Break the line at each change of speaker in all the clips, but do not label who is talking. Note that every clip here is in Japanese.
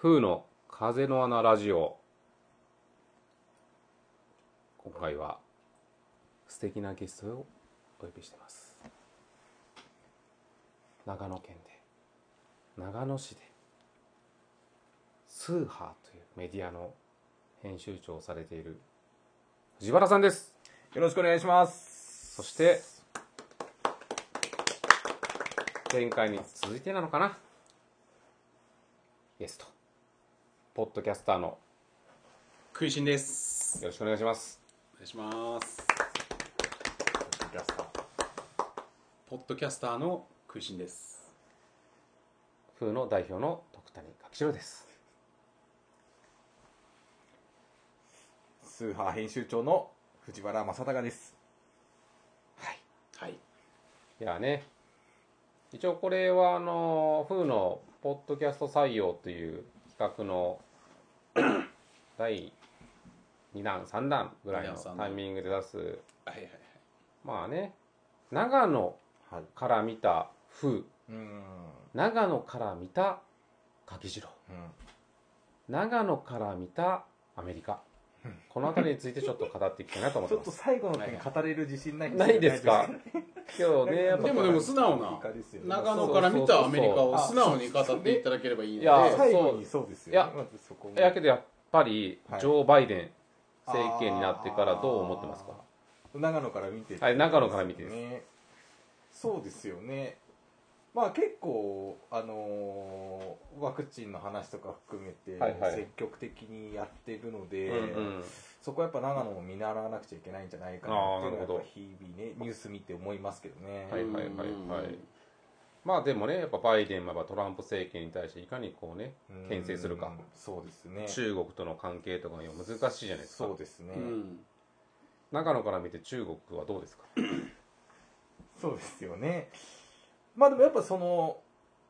風の風の穴ラジオ今回は素敵なゲストをお呼びしてます長野県で長野市でスーハーというメディアの編集長をされている藤原さんです
よろしくお願いします。
そして、前回に続いてなのかなゲスト、ポッドキャスターの
食いしんです。
よろしくお願いします。
お願いします。
キャスター
ポッドキャスターの食いしんです。
風の代表の徳谷柿城です。
スーハー編集長の藤原正孝です。
はい。
はい。
いやね、一応これはあの、風のポッドキャスト採用という企画の 第2弾、3弾ぐらいの
二弾三
タ
弾
イミングで出す、
はいはい
まあね、長野
はい。
から見た風、
うーん。
長野から見た柿次郎
うん。
長野から見たアメリ カ
うん
この辺りについてちょっと語っていきたいなと思っ
ち
て
ょっ
ま
と
す
最後の点語れる自信ない
ないですか今日ねやっぱ
でもでも素直な
ですよ
はい。
ね
長野から見たアメリカを素直に語っていただければいいので。
そうそうそう
は
最後にそうですよね。
いや
まずそこも
やけどやっぱり
はい
ジョー・バイデン政権になってからどう思ってますか
あー長野から見て
はい長野から見てです
ねそうですよねまあ結構あのーワクチンの話とか含めて
はいはい
積極的にやってるので、
うんうん
そこはやっぱ長野も見習わなくちゃいけないんじゃないかなってい
あーな
うの
るほ
が
ど
やっぱ日々ねニュース見て思いますけどね、
はいはいはいはいまあでもねやっぱバイデンはやっぱトランプ政権に対していかにこうね
うん
牽制するか
そうですね
中国との関係とかが難しいじゃないですか
そうですね、
うん。
長野から見て中国はどうですか
そうですよねまあでもやっぱその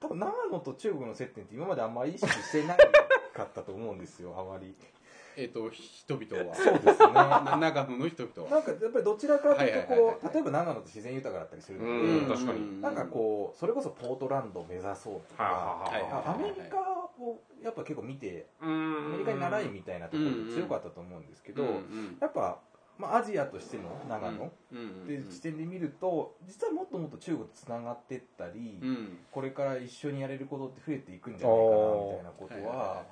多分長野と中国の接点って今まであんまり意識してないかったと思うんですよあまり
えっと、人々は。
そうですね
な長野の人々
な
は。
んかやっぱりどちらかというと
はいはい
こ
はいは
う
い
例えば長野って自然豊かだったりするので、
うん確かに
なんかこうそれこそポートランドを目指そうとか、
はいはい
あアメリカをやっぱ結構見て
ア
アメ
メ
リカに習いみたいなところが強かったと思うんですけど、
うん
やっぱ、まあ、アジアとしての長野っ
うんうん
ていう視点で見ると実はもっともっと中国とつながってったり、
うん。
これから一緒にやれることって増えていくんじゃないかなみたいなことは、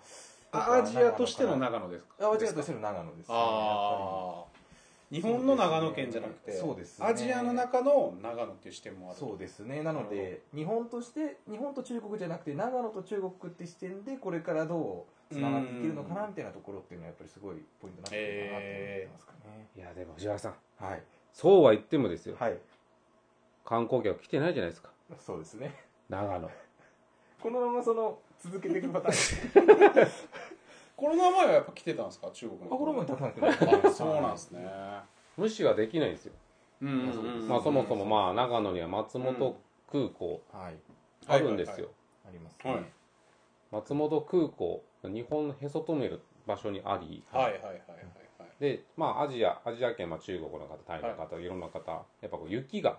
あアジアとしての長野ですか
あアジアとしての長野ですねやっぱ
ああ。日本の長野県じゃなくて、
そうですね
アジアの中の長野っていう視点もあ
り
る。
そうですねなので日本として日本と中国じゃなくて長野と中国って視点でこれからどうつながっていけるのかなみたいなところっていうのはやっぱりすごいポイントになってくるかなと思ってますかね、
いやでも藤原さん
はい
そうは言ってもですよ、
はい
観光客来てないじゃないですか
そうですね
長野
このままその続けていくパターン
コロナ前はやっぱ来てたんですか中国の
あ
人
これも高く
あそうなんですね。
無視はできないんですよ、
うんうんうん
まあ、そもそもまあ長野には松本空港
はい
あるんですよ、
はいは
ありますね、
はい
松本空港日本へそ止める場所にあり
はいはいはいはいはい。
でまあアジアアジア圏は中国の方タイの方、い、ろんな方やっぱこう雪が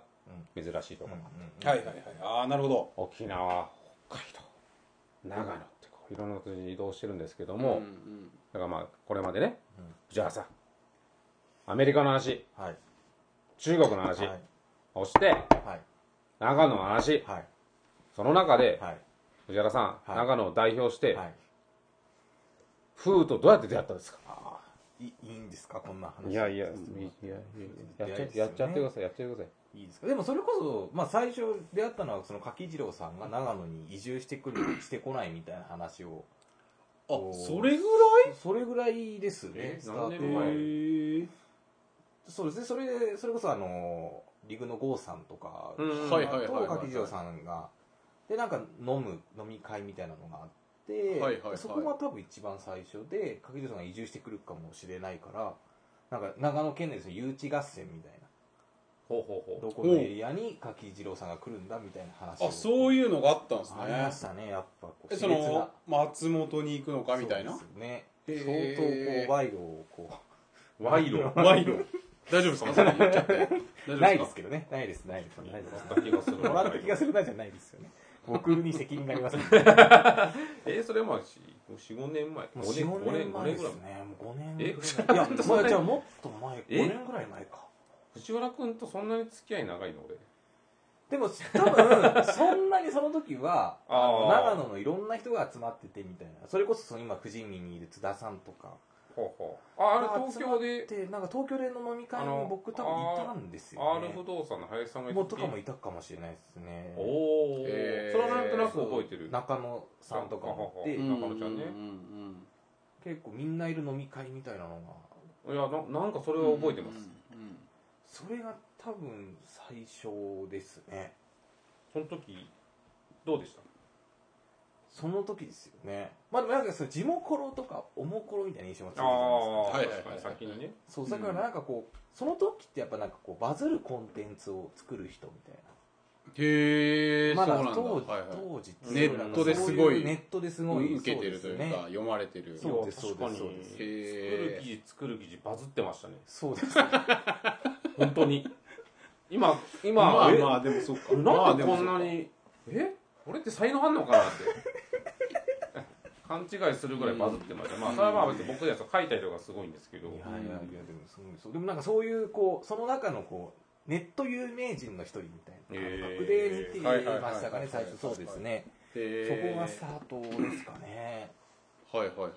珍しいと
うん
か、
うん
はいはいはい。ああ、なるほど。
沖縄北海道長野ってこういろんな土地に移動してるんですけども、
うんうん
だからまあこれまでね、
うん
藤原さんアメリカの話
はい
中国の話、
はい
そして
はい
長野の話
はい
その中で、
はい
藤原さん、
い
長野を代表して、
はい
風とどうやって出会ったんですか
あーいいいんですかこんな話
いやいや、いやや
いや
っちゃやっちゃってください、やっちゃってください。
いいですかでもそれこそ、まあ、最初出会ったのはその柿次郎さんが長野に移住してくるしてこないみたいな話を
あ
お、ー
それぐ
それぐらいですね
え
スター
何
ト
年
ら
前
は
へ
い
ー
そうですねそれそれこそあのリグの郷さんとか
うん
はいはいはいはい
と柿次郎さんがでなんか飲む飲み会みたいなのがあって、
はいはいはい
そこが多分一番最初で柿次郎さんが移住してくるかもしれないからなんか長野県内ですね誘致合戦みたいな
ほうほうほ
どこのエリアに柿次郎さんが来るんだみたいな話を
あ、そういうのがあったんです
ありまし
ね。
たねやっぱこう
え、そ
熾烈な
の、松本に行くのかみたいな
そう。ですね
へ
相当
ー
こう賄賂をこ
う。賄 賂
賄賂。大丈夫ですかそれ言っちゃって。大丈夫
う
か
ないですけどねないですないですないです
もらった気がする
も らった気がするなじゃないですよね僕に責任がありますね
えー、それもあるし、 45年前
もう
五
4、
五
5年前
五
です
い
ね。もう5年
え
ぐらい。 いや、まあじゃあもっと前、
え
5年ぐらい前か。
藤原君とそんなに付き合い長いの俺
でも多分、そんなにその時は、
あー
あの長野のいろんな人が集まっててみたいな。それこそその今、富士見にいる津田さんとか。
ほうほうああれ
が
東
集まっ
京で
てなんか東京での飲み会
あ
に
の
僕多分いたんですよ、
R
ね。
不動産の林さんが
もう
って
とかもいたかもしれないですね。
おお、
えーそれはなんとなく覚えてる
中野さんとかもいて
う、ん中野ちゃんね
うんうん
結構みんないる飲み会みたいなのが、
いやななんかそれ
うん
は覚えてます、
うんうん
それが多分最初ですね。
その時どうでした
その時ですよね。まあでもなんかその地もころとかおもころみたいな印象がついて
あ
たん
あ、
はい
確かに先にね。
ですよ。そう、だからなんかこう、その時ってやっぱなんかこう、バズるコンテンツを作る人みたいな。
へえ、
まだ
そうなんだ、
当時、
はいはい
当時って
ネットですごい
ネットですごい
受けてるというか
そうですね
読まれてる
そうです
いや確かに
そうです
そうです
作る記事作る記事バズってましたね。
そうですね
本当に。今今、
まあ
え
まあでもそっか
なんで
ま
こ
あ
んな
も
に、え俺って才能あんのかなって 勘違いするぐらいバズってました、まあそれはまあ別に僕です書いたりとかすごいんですけど、
いやいやいやでもすごいそうでもなんかそういうこうその中のこうネット有名人の一人みたいな感覚で見ていましたかね
えー
最初そうですね
そこ
そこがスタートですかね
はいはいはいはい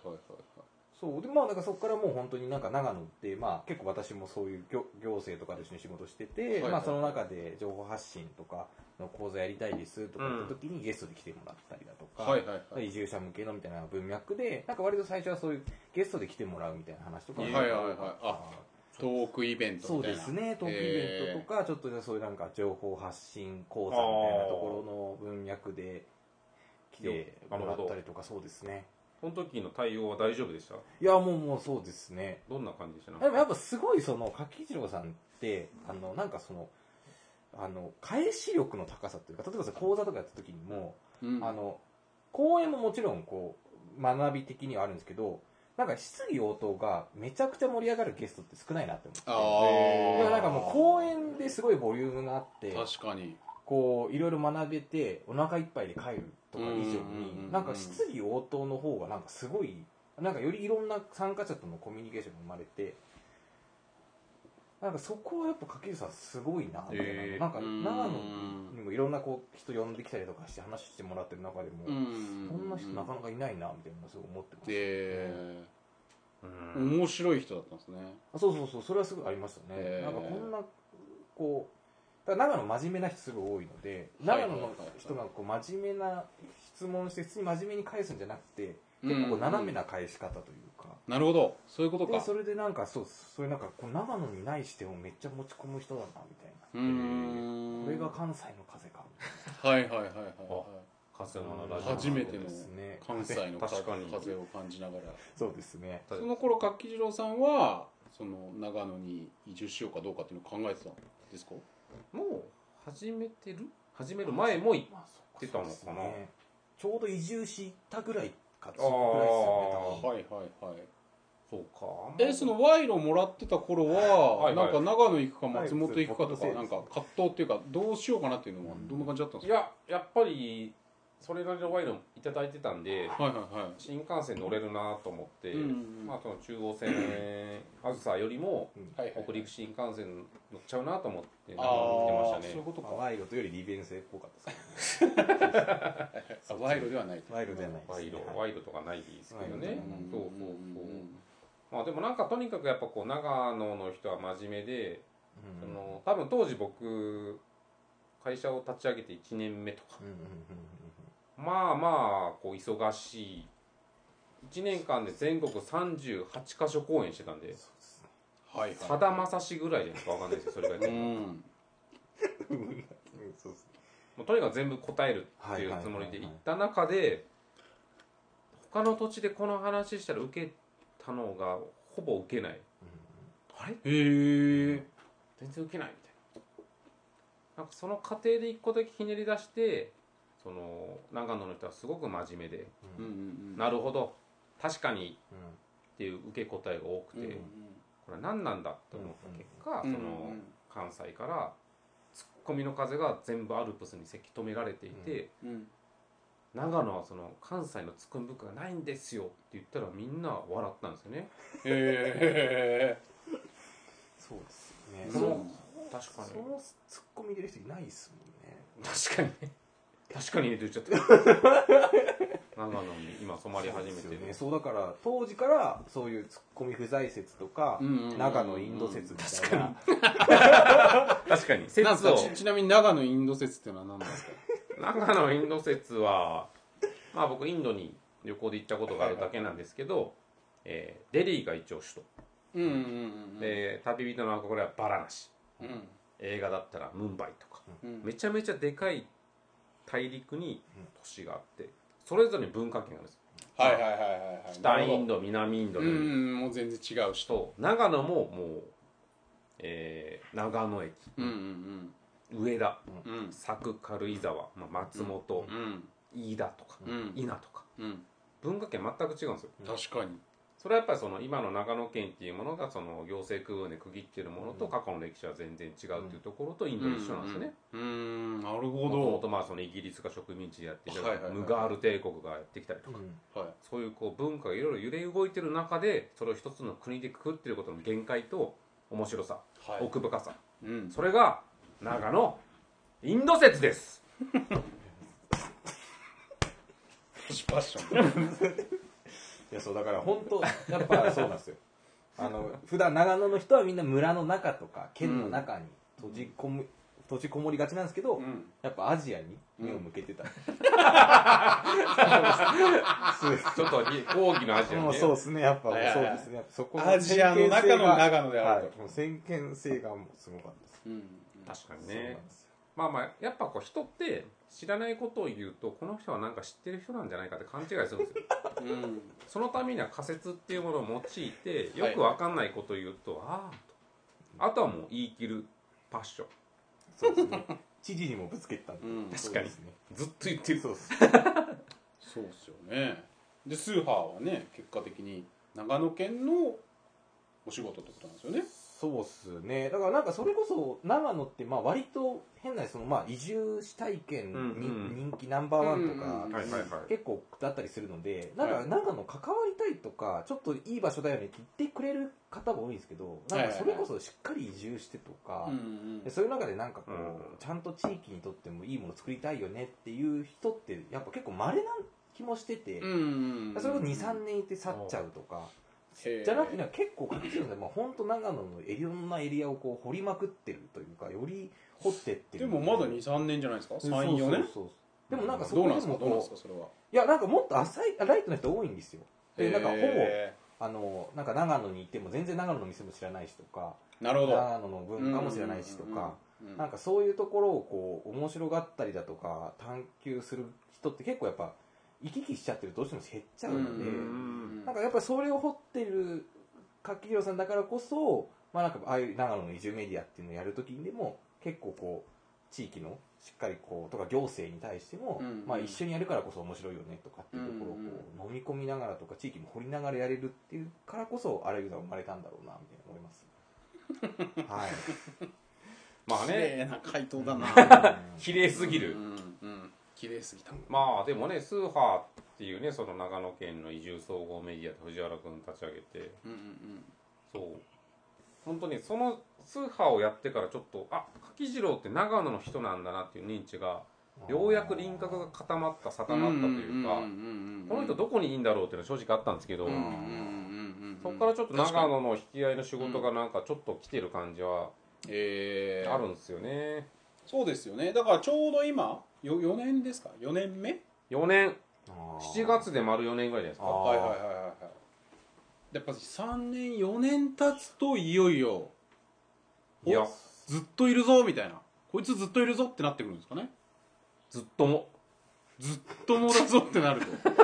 そうでまあなんかそこからもう本当になんか長野ってまあ結構私もそういう行行政とかと一緒に仕事してて、
いはい
まあその中で情報発信とかの講座やりたいですとか言った時にゲストで来てもらったりだとか、
はいはいはいはい
移住者向けのみたいな文脈でなんか割と最初はそういうゲストで来てもらうみたいな話とかも
はいはいはいあ
あ
トークイベント
そう
みたい
で
な
すね、トークイベントとか、ちょっとそういうなんか情報発信講座みたいなところの文脈で来て
あー
もらったりとか、そうですね。
その時の対応は大丈夫でした
いや、もうもうそうですね。
どんな感じでしたなんか
でもやっぱすごいその、柿一郎さんって、あの、なんかその、あの、返し力の高さというか、例えばその講座とかやった時にも、
うん
あの、講演ももちろんこう、学び的にはあるんですけど、なんか質疑応答がめちゃくちゃ盛り上がるゲストって少ないなって思って。
あ
えー
い
ー
やなんかもう公演ですごいボリュームがあって
確かに
こういろいろ学べてお腹いっぱいで帰るとか以上
うんうんうん
になんか質疑応答の方がなんかすごいなんかよりいろんな参加者とのコミュニケーションが生まれてなんかそこはやっぱ掛けるさんすごいなみたいな,、
えー
なんか
うん
長野にもいろんなこう人呼んできたりとかして話してもらってる中でも、こんな人なか
なか
なかいないなみたいなのすごい思ってます、
で
うん
面白い人だったんですね
あそうそうそうそれはすごいありましたね、
へー
なんかこんなこうだから長野真面目な人すごい多いので
はい
長野の人がこう真面目な質問して普通に真面目に返すんじゃなくて結構こう斜めな返し方というか、
なるほどそういうこと
で
か
それでなんかそうそういうなんかこう長野にない視点をめっちゃ持ち込む人だなみたいな、
うーん
これが関西の風かみたい
はいはいはいはいは
カセノの
な
ラジオ
初めての
ですね
い関西の風
確かに
風を感じながら
そうですね
その頃柿次郎さんはその長野に移住しようかどうかっていうのを考えてたんですか
もう始めてる始める前も行っ
まあそっ
出たのかな
そうですねちょうど移住したぐらいか
あー
そのぐらいですよね多分
はいはいはい
そうか
えその賄賂もらってた頃は
はいはい
なんか長野行くか松本行くかとか
はい
なんか葛藤っていうかどうしようかなっていうのはどんな感じだったんで
い
すか
ややっぱりそれなりの賄賂もいただいてたんで
はいはいはい
新幹線乗れるなと思って、
うんうんうん
まあ、その中央線あずさよりも
うん
はいはい
北陸新幹線乗っちゃうなと思って
あ
長
あ
野に来
ーそう
て
い
ま
う
し
ことか
まあワイルドより利便性っぽかった です
あ賄賂ではない
けどワイルドじゃない
たね賄
ですね
賂賄賂とかないですけど
賄
ね
賂
そうそうそうまあでもなんかとにかくやっぱこう長野の人は真面目で、
うん
その多分当時僕会社を立ち上げて1年目とか
うんうんうん
まあまあこう忙しい1年間で全国38箇所公演してたんで
はいはい
さだまさしぐらいじゃないですかわかんないですよそれが、
う
も
ん
うんうんそうですね
うとにかく全部答えるっていうつもりで行った中で他の土地でこの話したら受けたのがほぼ受けないあれ
へえ
全然受けないみたいななんかその過程で一個だけひねり出してその長野の人はすごく真面目で、
うんうん
なるほど確かに
うん
っていう受け答えが多くて、これは何なんだって思った結果、その、関西からツッコミの風が全部アルプスにせき止められていて、
うん
長野はその関西のツッコミ文化がないんですよって言ったらみんな笑ったんですよね
え
そうです
え
よ
そ
ね、
う
確か
そ
に
のツッコミ入れる人いないっすもんね
確かにね確かにねって言っちゃった 長野に今染まり始めて
そうですよ
る
ねそうだから当時からそういうツッコミ不在説とか、
うんうんうんうん
長野インド説みたいな
確かに説
なんすか
を
ちちなみに長野インド説っていうのは何なんですか
長野インド説はまあ僕インドに旅行で行ったことがあるだけなんですけど、えーデリーが一応首都
うんうんうんうん
で旅人の憧れはバラナシ
うん
映画だったらムンバイとか
うん
めちゃめちゃでかい大陸に都市があってそれぞれに文化圏があるんですよ
はいはいはいはいはい
北イン
ド
ド南インド
うん
で、
うんもう全然違うし
と長野ももう、えー長野駅、
うんうん
上田
うんうん
佐久軽井沢、まあ、松本、
うん
飯田とか、
うん
伊那とか
うん
文化圏全く違うんですよ
確かに
それはやっぱりその今の長野県っていうものがその行政区分で区切ってるものと過去の歴史は全然違うっていうところとインド一緒なんですよね。
うんうんなる
もとも
ほ
とまあそのイギリスが植民地でやってきたり
はいはいはい
ムガール帝国がやってきたりとか、
どはい
そういうこう文化がいろいろ揺れ動いてる中でそれを一つの国でくくってることの限界と面白さ、
はい
奥深さ
うん
それが長野インド説です
都市パッション
いやそうだから本当やっぱそうなんですよあの普段長野の人はみんな村の中とか県の中に閉じこむ、閉じこもりがちなんですけど、
うん
やっぱアジアに目を向けてた、
ちょっと講義の 味よ
もう
ね
そうですねやっぱ
はいはいは
そ
い
うですねやっぱそこ
アジアの中の長野である
はいもう先見性がもうすごかったです
うん
確かに
そうなん
ね
ですよ
まあまあやっぱこう人って知らないことを言うとこの人はなんか知ってる人なんじゃないかって勘違いするん ですよ
うん
そのためには仮説っていうものを用いてよくわかんないことを言うと、ああとあとはもう言い切るパッション
そうですね知事にもぶつけてたんで、
うん
確かに
そうですね
ずっと言ってる
そうです
そうっすよねでスーハーはね結果的に長野県のお仕事ってことなんですよね
そうっすねだからなんかそれこそ長野ってまあ割と変なそのまあ移住したい県に
うんうん
人気ナンバーワンとか、
うんうん
はいはいはい
結構だったりするのでなんか
はい
長野関わりたいとかちょっといい場所だよねって言ってくれる方も多いんですけどなんかそれこそしっかり移住してとか、
うんうん
でそういう中でなんかこう、
うん
ちゃんと地域にとってもいいもの作りたいよねっていう人ってやっぱ結構稀な気もしてて、
うんうんうん
それこそ23年いて去っちゃうとか、
へー
じゃなくてなんか結構隠してるんで、まあ、本当長野のいろんなエリアをこう掘りまくってるというかより掘ってって
で
る
もまだ23年じゃないですか34年
そうそうそうでもなんかそ
ど
こ
う
で
なんですか
も
どうなんです
こ
かそれは
ういやなんかもっと浅いあライトな人多いんですよでなんかほぼ
へ
あのなんか長野に行っても全然長野の店も知らないしとか
ーなるほど
長野の文化も知らないしと
う
か、
んうんうんうん
なんかそういうところをこう面白がったりだとか探求する人って結構やっぱ行き来しちゃってるとどうしても減っちゃうので、
うん
なんかやっぱそれを掘ってる柿広さんだからこそ、まあなんかああいう長野の移住メディアっていうのをやるときにでも結構こう地域のしっかりこうとか行政に対しても、
うん
まあ一緒にやるからこそ面白いよねとかっていうところをこう飲み込みながらとか地域も掘りながらやれるっていうからこそあらゆるのが生まれたんだろうなみたいな思います。はい。
まあ
綺
ね
麗な回答だな
綺麗すぎる、
うんうん綺麗すぎた
まあでもねスーハーっていうねその長野県の移住総合メディアで藤原君立ち上げて
うんうん
そう本当にそのスーハーをやってからちょっとあ柿次郎って長野の人なんだなっていう認知が ようやく輪郭が固まった定まったというか、この人ど
こ
こにいいんだろうっていうのは正直あったんですけど、
うん
そこからちょっと長野
の
の引き合いの仕事がなんかちょっと来てる感じは
えー
あるんですよね
そうですよねだからちょうど今よ4年ですか4年目
4年
あー
7月で丸4年ぐらいじゃないですか
あー
はいはいはいはいはいやっぱ3年4年経つといよいよ
いや
おずっといるぞみたいなこいつずっといるぞってなってくるんですかね
ずっとも
ずっともだぞってなると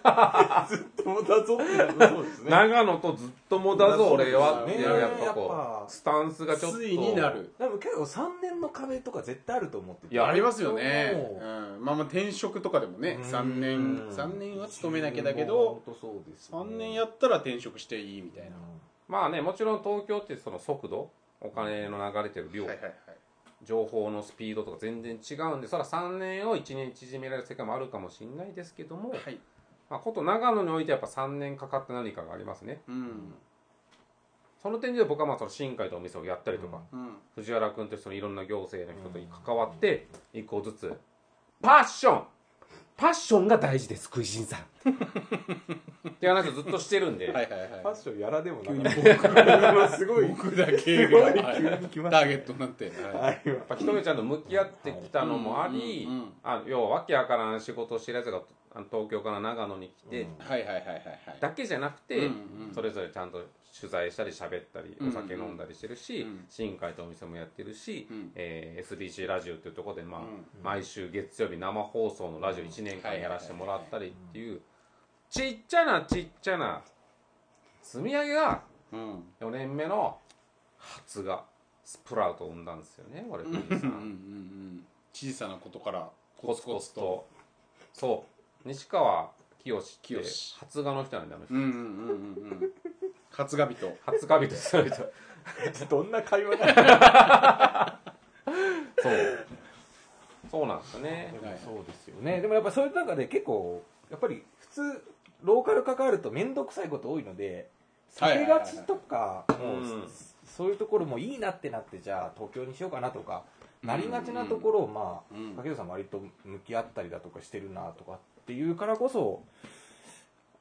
友達ぞってなるそうですね。
長野とずっともだぞ俺はっ
そう
て
です
い
ね
うやっぱこ
やっぱ
うスタンスがちょっと
ついになる
でも結構3年の壁とか絶対あると思ってて
いや
ありますよね、
もう
うん、まあまあ転職とかでもね3年3年は勤めなきゃだけど
本当そうですね、
3年やったら転職していいみたいな、
うん
まあねもちろん東京ってその速度お金の流れてる量、
はいはいはい
情報のスピードとか全然違うんでそれは3年を1年縮められる世界もあるかもしれないですけども、
はい
まあ、こと長野においてはやっぱ3年かかった何かがありますね
うん
その点で僕はまあその新海とお店をやったりとか、
うん
藤原君としてのいろんな行政の人と関わって一個ずつパッションパッションが大事です食いしんさんって話をずっとしてるんで、
はいはいはい
ファッションやらでも
急に
なく
僕
なすごい
僕だけ
すご
が
い
はい
急に来まし
タ
た
ーゲ
ね
ットになっては
はい
やっぱひとみちゃんと向き合ってきたのもあり、
うんうんうん
あ要はわけわからん仕事をしてるやつがあの東京から長野に来て、
う
い
ん
はいはいはいはい
だけじゃなくて、
うんうん
それぞれちゃんと取材したり喋ったり
うんう
お
ん
酒飲んだりしてるし、
うん
新海とお店もやってるし、
うん
えー SBC ラジオっていうところで、まあ
うん
毎週月曜日生放送のラジオ1年間
はい
やらせてもらったりっていうちっちゃなちっちゃな積み上げが
うん
4年目の発芽スプラウトを生んだんですよね俺と兄さ
うんうんうんん小さなことから
コツコツとそう西川清って
清
発芽の人なんだあの人
うんうんうんうんうん初が人
初芽人ですよねそう
どんな会話だ
そうなんですよね
でも そうですよねでもやっぱそういう中で結構やっぱり普通ローカル関わると面倒くさいこと多いので
はい
下
はい
げ
はい
が
はい
ちとかもう
うん
そういうところもいいなってなってじゃあ東京にしようかなとかなりがちなところをまあ
うん
掛戸さん割と向き合ったりだとかしてるなとかっていうからこそ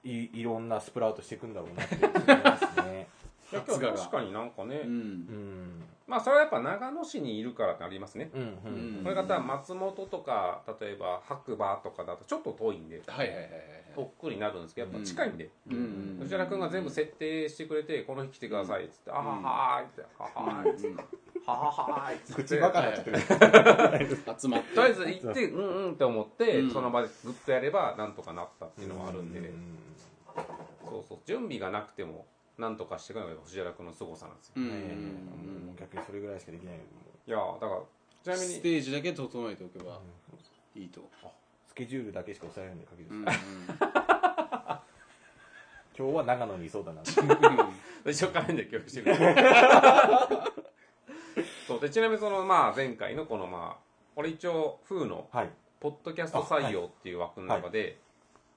いいろんなスプラウトしていくんだろうなって思います ね。
いや今日確かになんかね、
うん
うん
まあそれはやっぱ長野市にいるからってありますね
うんう
うん
ん
これ方は松本とか例えば白馬とかだとちょっと遠いんで
はいはいはい
とっくりになるんですけどやっぱ近いんで、
うんうん
藤原君が全部設定してくれて「この日来てください」っつって「あははーい」って「は
うん
はーい」っつって「はははーい」っつって
口バカになっちゃってる
集まっ
とりあえ
て
ず行ってうんうんって思って、
うん
その場でずっとやればなんとかなったっていうのもあるんで、
うん
そうそう準備がなくてもなんとかしてくれるのが藤原君の凄さなんですよ、
うんうんう
ね
ん
もう逆にそれぐらいしかできないよもう
いやーだからちなみ
ス
に
テージだけ整えておけばいいと、
スケジュールだけしか押さえないんで
うん
掛戸さん
うん、
今日は長野にいそうだな
一応カレンダー共有してるそうでちなみにその、まあ、前回のこのまあ俺一応風の
はい
ポッドキャスト採用っていう枠の中で、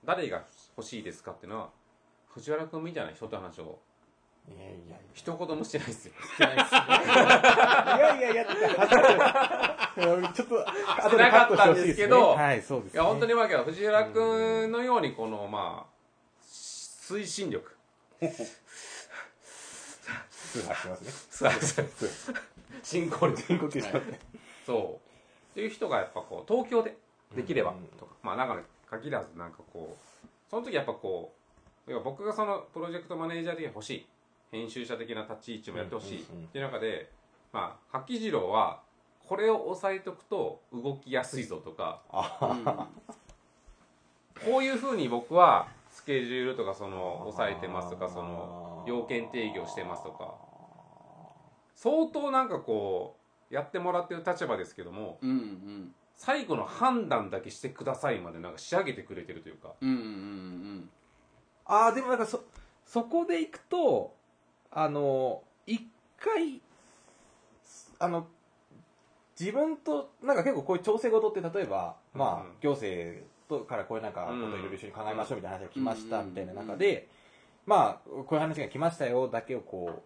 誰が欲しいですかっていうのは藤原君みたいな人と話を
いやいや
一言もしてないですよ
いやいやいやって ちょっと後でカットして
少なかった
ほしいです、ね、
んですけど
はいそうです、ね、
いや本当にわけは藤原君のようにこのまあ推進力
通販してますね
進行力
深呼吸してますね
そうっていう人がやっぱこう東京でできれば
うん
とか、まあ長野に限らずなんかこうその時やっぱこう要は僕がそのプロジェクトマネージャー的に欲しい編集者的な立ち位置もやってほしいっ
うんうんうん
ていう中でまあ八次郎はこれを押さえとくと動きやすいぞとかこういうふうに僕はスケジュールとかその抑えてますとかその要件定義をしてますとか相当なんかこうやってもらってる立場ですけども
うんうん
最後の判断だけしてくださいまでなんか仕上げてくれてるというか
うんうんうん
ああでもなんかそそこでいくとあの一回あの自分となんか結構こういう調整事って例えば、まあ
うん
行政とからこういうなんか
うん
こといろいろ一緒に考えましょうみたいな話が来ました
うん
みたいな中で、まあこういう話が来ましたよだけをこ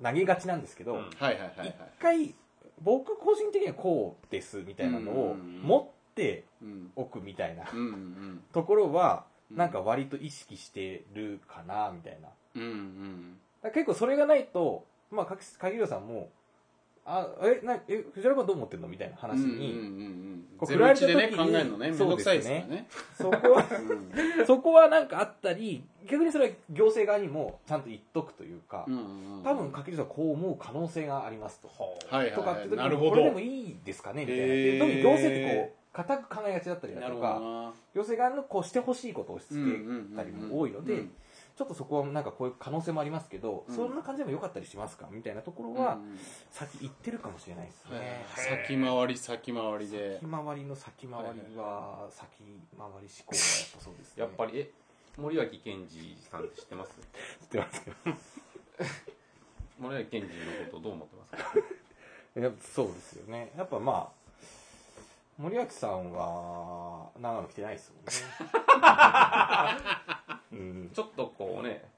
う投げがちなんですけど、
うん
はいはいはいはい
一回僕個人的にはこうですみたいなのを持って
うん
おくみたいな
うんうん
ところは
うん
なんか割と意識してるかなみたいな。
うんうん
だから結構それがないと、まあ、かき鍵浦さんも「あえなえ藤原君どう思ってんの?」みたいな話に、
うんうんうんうん
こう
ゼロ一でね
振
考
ら
え
れた時に
るのねめんどくさいですからね
そこは そこはなんかあったり逆にそれは行政側にもちゃんと言っとくというか、
うんうんうん
多分鍵浦さんはこう思う可能性がありますと。
はいはい
とかっ
は
て
い
時
なる
に
ほ
こ
ど
れでもいいですかねみたいな、
へー
特に行政ってこう固く考えがちだったりだ
なる
と
ほ
か
どな
行政側のこうしてほしいことを押し
うんうん
付
うんうん
けたりも多いので、
うん
ちょっとそこはなんかこういう可能性もありますけど、
うん
そんな感じでも良かったりしますかみたいなところ
うん
は、先行ってるかもしれないですね、
先回り先回りで
先回りの先回りは先回り思考がやっぱそうですね
やっぱりえ森脇健児さんって知ってます
知ってますけど
森脇健児のことどう思ってますか
やっぱそうですよねやっぱまあ森脇さんは長野来てないですもんね、うん、
ちょっとこうね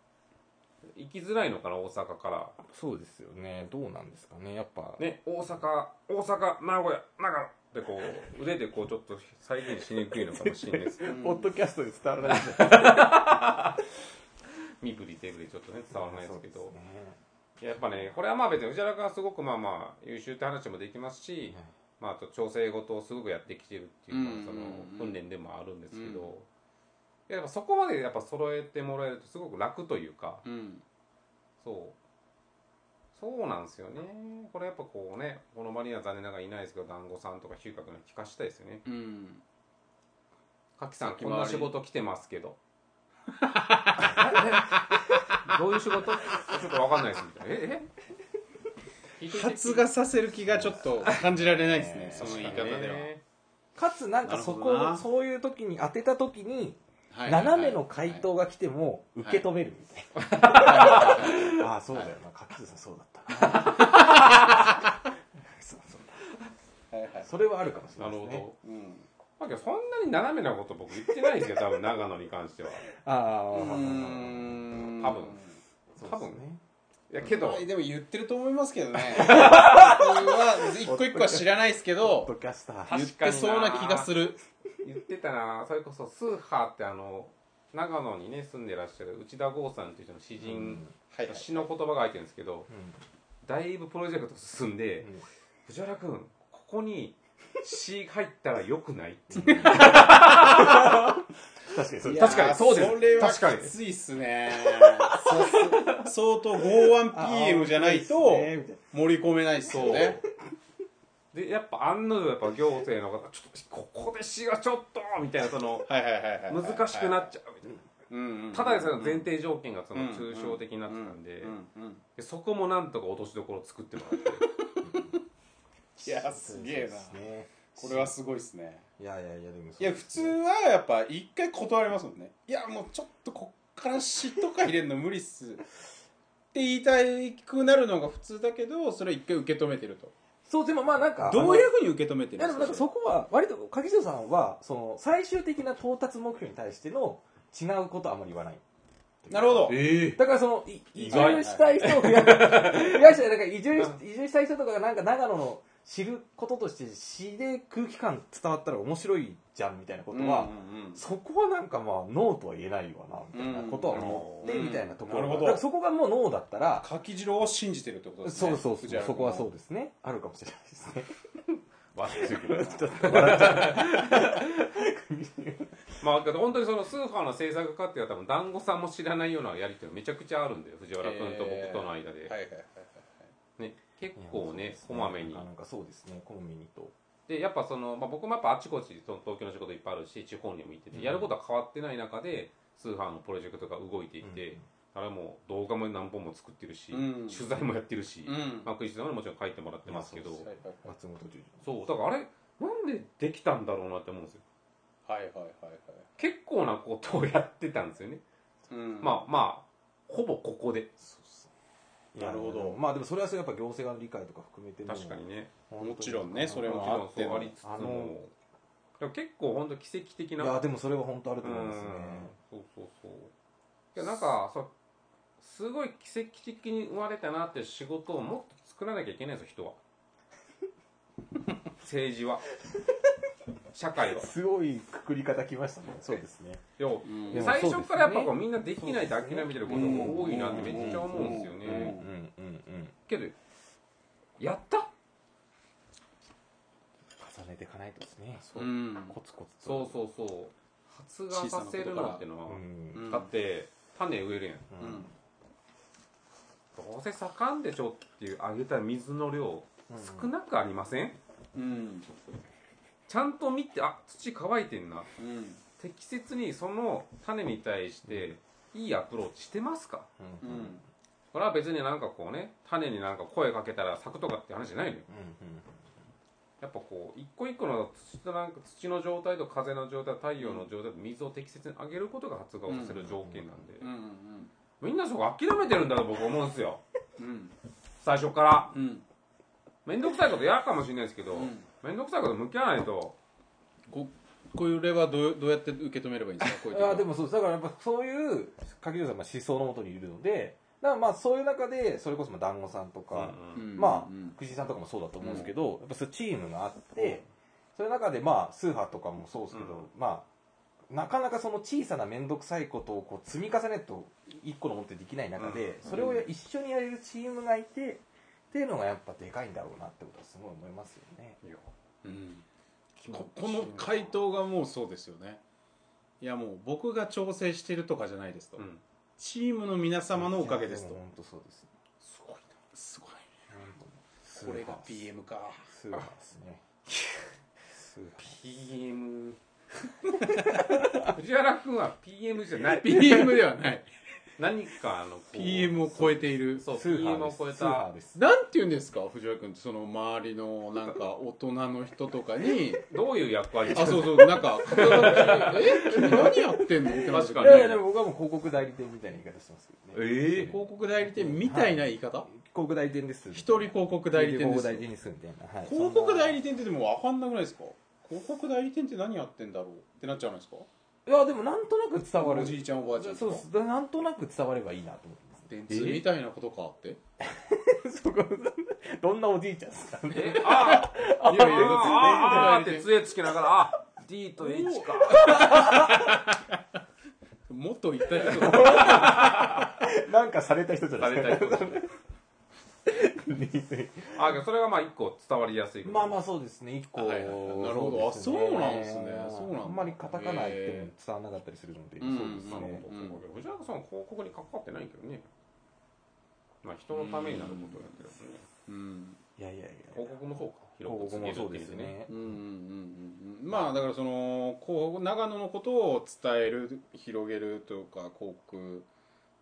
行きづらいのかな大阪から
そうですよねどうなんですかねやっぱ
ね大阪大阪名古屋長野でこう腕でこうちょっと再現しにくいのかもしれないですけど
うん
ポッドキャストで伝わらない
身振り手振りちょっとね伝わらないですけど
そうね
やっぱねこれはまあ別に藤原君はすごくまあまあ優秀って話もできますし、まあ、あと調整事をすごくやってきてるっていうの
うん
はその訓練でもあるんですけど、やっぱそこまでやっぱ揃えてもらえるとすごく楽というか
うん
そうそうなんですよねこれやっぱこうねこの場には残念ながらいないですけど団子さんとか嗅覚の聞かしたいですよね
うん
かきさん
先
こ
回り
んな仕事来てますけ どどういう仕事ちょっとわかんないですみたいなええ
発がさせる気がちょっと感じられないですね
ね
その言い方では、
かつなんかそ
なる
こ
ほど
を
な
そういう時に当てた時に
はいはいはい
斜めの回答が来ても受け止めるみたいな、 ああそうだよな勝地さんそうだったなそうそう
はいはい
それはあるかもしれ
な
ない
る
で
ほ
す
ど、
ね
うん
まあけどそんなに斜めなこと僕言ってないですよ多分長野に関しては
あ
う
あ
ん
多分
そう
多
です
分
ね
いやけど
はいでも言ってると思いますけどね 僕は一個一個は知らないですけ
ポッド
ど
キャスター
確かに
言
な
ってそうな気がする
言ってたなそれこそスーハーってあの長野にね住んでらっしゃる内田剛さんという人の詩人、
はいはい
詩の言葉が入ってるんですけど
う
だいぶプロジェクト進んで、
んうん
藤原君ここに詩入ったらよくないって
確かにそ
い
れ
やー
確かにそうです
それは
確かに
きついっす ねさす相当 51PM じゃないと盛り込めないっすよね
でやっぱ案の定やっぱ行政の方ちょっとここで詩がちょっとみたいなその
はいはいはいはいはい
難しくなっちゃうみたいな
うんうん
ただでさえの前提条件がその
うん
抽象的になってたんで、
うんうん
でそこもなんとか落としどころを作ってもらって
いやすげえなこれはすごいっすね
いやいやいやでも
いや普通はやっぱ一回断りますもんねいやもうちょっとこっから詩とか入れるの無理っすって言いたくなるのが普通だけどそれは一回受け止めてると
そうでもまあなんか
どういうふうに受け止めて
い
る
やで
ん
も
で
な
す
ん
か
かそこは割と柿下さんはその最終的な到達目標に対しての違うことはあんまり言わない
なるほど
ええ
だからそのい移
意外
住した い人を増や増やしたいだから移住移住したい人とかがなんか長野の知ることとして詩で空気感伝わったら面白いじゃんみたいなことは、
うんうんうん
そこはなんかまあノーとは言えないよなみたいなことは思って、
うん
みたいなとこ
な
ろ
るほ
が
ど
だからそこがもうノーだったら
柿次郎を信じてるってことです
そ
ね
うそう
藤
そう
原君
そこはそうですねあるかもしれないですね
ー、まあけど本当にそのスーファーの制作家っていうのは多分団子さんも知らないようなやり取りめちゃくちゃあるんだよ藤原君と僕との間で、
はいはいはい
ね、結構ねこまめに
なんかそうですねこまめにと
でやっぱその、まあ、僕もやっぱあちこちその東京の仕事いっぱいあるし地方にも行ってて、
うん
やることは変わってない中でスーファーのプロジェクトが動いていて、
うん
あれはもう動画も何本も作ってるし、
うん
取材もやってるし、
うん
まあ、クイズももちろん書いてもらってますけど、
いや
はいはい
松本十二
そうだからあれなんでできたんだろうなって思うんですよ
はいはいはいはい
結構なことをやってたんですよね、
うん
まあまあほぼここで
なるほど
いやまあでもそれはそれやっぱ行政側の理解とか含めての
確かにね
本当
もちろんねそれ
も
も
ちろんそう
あ
あ
っての
りつつ
あの
もでも結構本当奇跡的
い
な
やでもそれは本当あると思いますね
うんそうそうそういやなんかそうすごい奇跡的に生まれたなっていう仕事をもっと作らなきゃいけないんですよ人は 政治は社会は
すごいくくり方きましたねそうですね
要
うん
いや
最初からやっぱこう
そうですね
みんなできないと諦めてることが多いなってめっちゃ思うんですよね、
うん
うんうんうん
けどやった
重ねていかないとですね
う
うん
ん
コツコツと
そうそうそう発芽させるのってのは、
ん
うん
だって種植えるやん
う
うんん
どうせ盛んでしょっていうあげた水の量少なくありません、
うん
ちゃんと見てあ土乾いてんな
うん
適切にその種に対していいアプローチしてますか
う
うん
うんうん
ん
これは別になんかこうね種になんか声かけたら咲くとかって話じゃないのよやっぱこう一個一個の土となんか土の状態と風の状態太陽の状態と水を適切にあげることが発芽をさせる条件なんで、
うんうん
みんなそこ諦めてるんだと僕思うんですよ
うん
最初から
うん
面倒くさいことやるかもしれないですけど、
うん
面倒くさいこと向き合わないと
ここれはどうどうやって受け止めればいいんですかこういう時
あでもそうですだからやっぱそういう柿野さんは思想のもとにいるのでだからまあそういう中でそれこそまあ団子さんとか、
うんうん
うん
まあ
うん
藤井さんとかもそうだと思うんですけど、やっぱそういうチームがあってその中でまあスーハーとかもそうですけど、まあなかなかその小さな面倒くさいことをこう積み重ねると一個のものってできない中で、
うん
それを一緒にやれるチームがいてっていうのがやっぱでかいんだろうなってことはすごい思いますよね。
いや
うんここの回答がもうそうですよねいやもう僕が調整してるとかじゃないですと、
うん
チームの皆様のおかげですと
本当そうです、ね。
すごいなすごい
本当
こ
に
れが PM か
スーハーですね。スーハー
PM 藤原君は PM じゃない
PM ではない
何かあのこう
PM を超えている
そう
スーハ
PM
ーで
を
す
超え
スーハ
た
ーです。
なんて言うんですか藤原君ってその周りのなんか大人の人とかに
どういう役割
あそうそうなんか肩書きえ君何やってんのってなる
確か
い
に
やいやでも僕はもう広告代理店みたいな言い方してますけどね。
ええ
広告代理店みたいな言い方、
広告代理店です。
一人広告代理店です
広告代理店ですみたいな。はい
広告代理店ってでも分かんなくないですか広告代理店って何やってんだろうってなっちゃうんですか
いやでもなんとなく伝わる。
おじいちゃんおばあちゃん
そうです。だからなんとなく伝わればいいなと思ってます
電通みたいなことかって
ね。 そこどんなおじいちゃんですかね。
え あ
いやいや
ああああって杖つきながらあ D と H か
元言った人だ
なんかされた人じゃな
さ
いで
れ
す
た
か。
いことであけどそれがまあ一個伝わりやすいこと
まあまあそうですね。一
は
個。
いはいはいなるほどあ
ですね
そうなんですねそうなんだ
あんまりカタカナ言っても伝わらなかったりするので。
うん
そうです
なる
ね。
ほど、そうか藤原さんは広告に関わってないけどねまあ人のためになることをやってるもんね
うん
いやいやいや。
広告もそうか
広告もそうです
広告も
ね
うんうん。うんうんまあだからそのこう長野のことを伝える広げるとか広告っ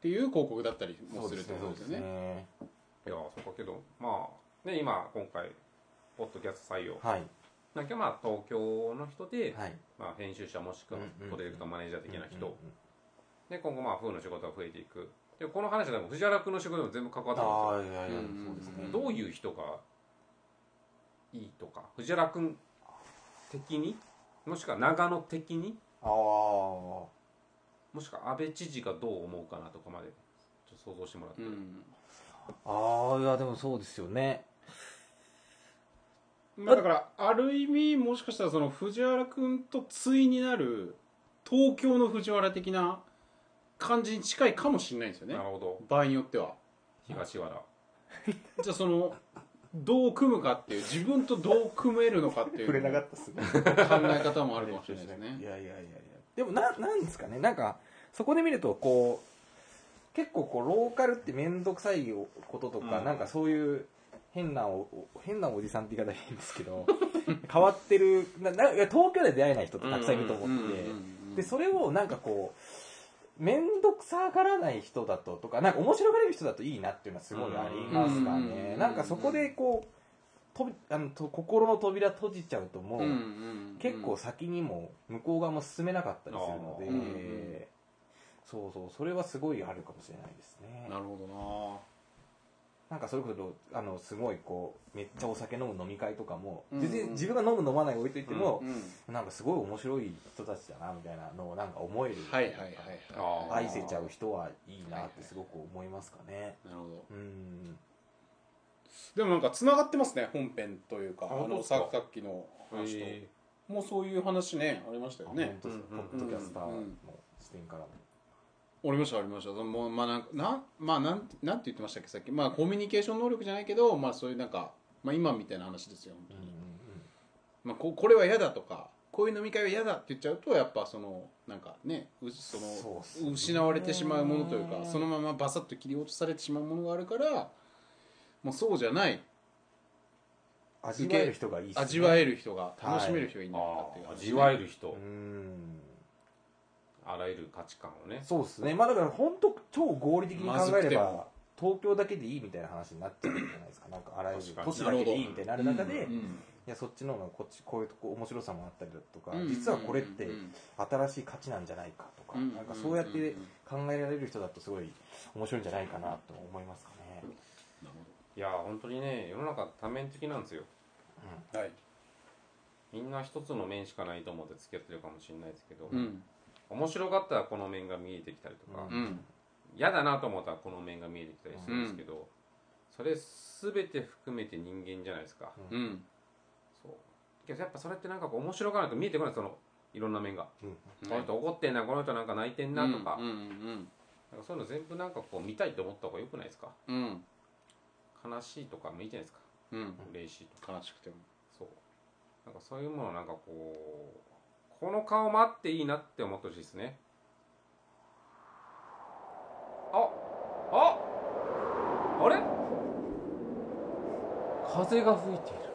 ていう広告だったりもするってことですよね
ね。
いやそうかけどまあね今今回ポッドキャスト採用
はい
なんかまあ東京の人で、
はい。
まあ、編集者もしくは
うんうんうん
プロデクトマネージャー的な人、
うんうん
で今後まあ風の仕事が増えていくでこの話はでも藤原君の仕事にも全部関わってくるんですよ
ああいやいやそうですね。
どういう人がいいとか藤原君的にもしくは長野的に
ああ。
もしくは安倍知事がどう思うかなとかまでちょっと想像してもらって、
うん
ああいやでもそうですよね
まあ、だからある意味もしかしたらその藤原君と対になる東京の藤原的な感じに近いかもしれないんですよね
なるほど
場合によっては
東原
じゃあそのどう組むかっていう自分とどう組めるのかっていう
触れなか
考
ったっすね
え方もあるかもしれないです
い
ね
やいやいやいやでもななんですかねなんかそこで見るとこう結構こうローカルって面倒くさいこととか、
うん
なんかそういう変なお変なおじさんって言い方変ですけど 変わってるなないや東京で出会えない人ってたくさんいると思って、でそれをなんかこう面倒くさがらない人だととかなんか面白がれる人だといいなっていうのはすごいありますかね
うん
なんかそこでこうとびあのと心の扉閉じちゃうともう、結構先にも向こう側も進めなかったりするので、
うんうん
そうそうそれはすごいあるかもしれないですね
なるほ
なんかそれこそあのすごいこうめっちゃお酒飲む飲み会とかも、
うんうん
全然自分が飲む飲まない置いといても
ど、なうん
なんかすごい面白い人たちだなみたいなのをなんか思える、
はいはいはい
あ
はい
愛せちゃう人はいいなってすごく思いますかね。
なるほど
うん。
でもなんかつながってますね本編というか
あ
あ
本当
の
ですか
さっきの話と
え
もうそういう話ねありましたよね
本当です
うんうんうん
ポッドキャスターの視点からも。
ありましたありましたそのもうまあなんかなんまあなんなんて言ってましたっけさっきまあコミュニケーション能力じゃないけどまあそういうなんかまあ今みたいな話ですよ本当
う
に
んうん
まあ、ここれは嫌だとかこういう飲み会は嫌だって言っちゃうとやっぱそのなんかねうその
そうっすね
失われてしまうものというかそのままバサッと切り落とされてしまうものがあるからもうそうじゃない
うん味わえる人がいいっすね
味わえる人が楽しめる人がいいんじゃないかっていう
あ
話ね、
味わえる人、
うん。
あらゆる価値観をね
そうですね。まあだから本当超合理的に考
ま
え
ずく
れ
て
ば
も
東京だけでいいみたいな話になっちゃうんじゃないですか。なんかあらゆる
確かに
都市だけでいいみたいになる中で、
うん
い
うん
やそっちの方がこっちこういうとこ面白さもあったりだとか
う、ん
実はこれって
うんうん
新しい価値なんじゃないかとか、
うん
なんかそうやって考えられる人だとすごい面白いんじゃないかなと思いますかね。
なるほ
いや本当にね世の中多面的なんですよ
はい
みんな一つの面しかないと思って付き合ってるかもしれないですけど、
うん
面白かったらこの面が見えてきたりとか、
う
うん
嫌だなと思ったらこの面が見えてきたりするんですけど、それ全て含めて人間じゃないですか、
うん
そうけどやっぱそれってなんかこう面白かないと見えてこないそのいろんな面が、
うん
この人怒ってんなこの人なんか泣いてんなとか,、
うんうん
なんかそういうの全部なんかこう見たいと思った方がよくないですか
うん
悲しいとかもいいじゃないですか
うんうん
嬉しいとか
悲しくても
そうなんかそういうものをなんかこうこの顔もあっていいなって思ってほしいですねあああれ
風が吹いている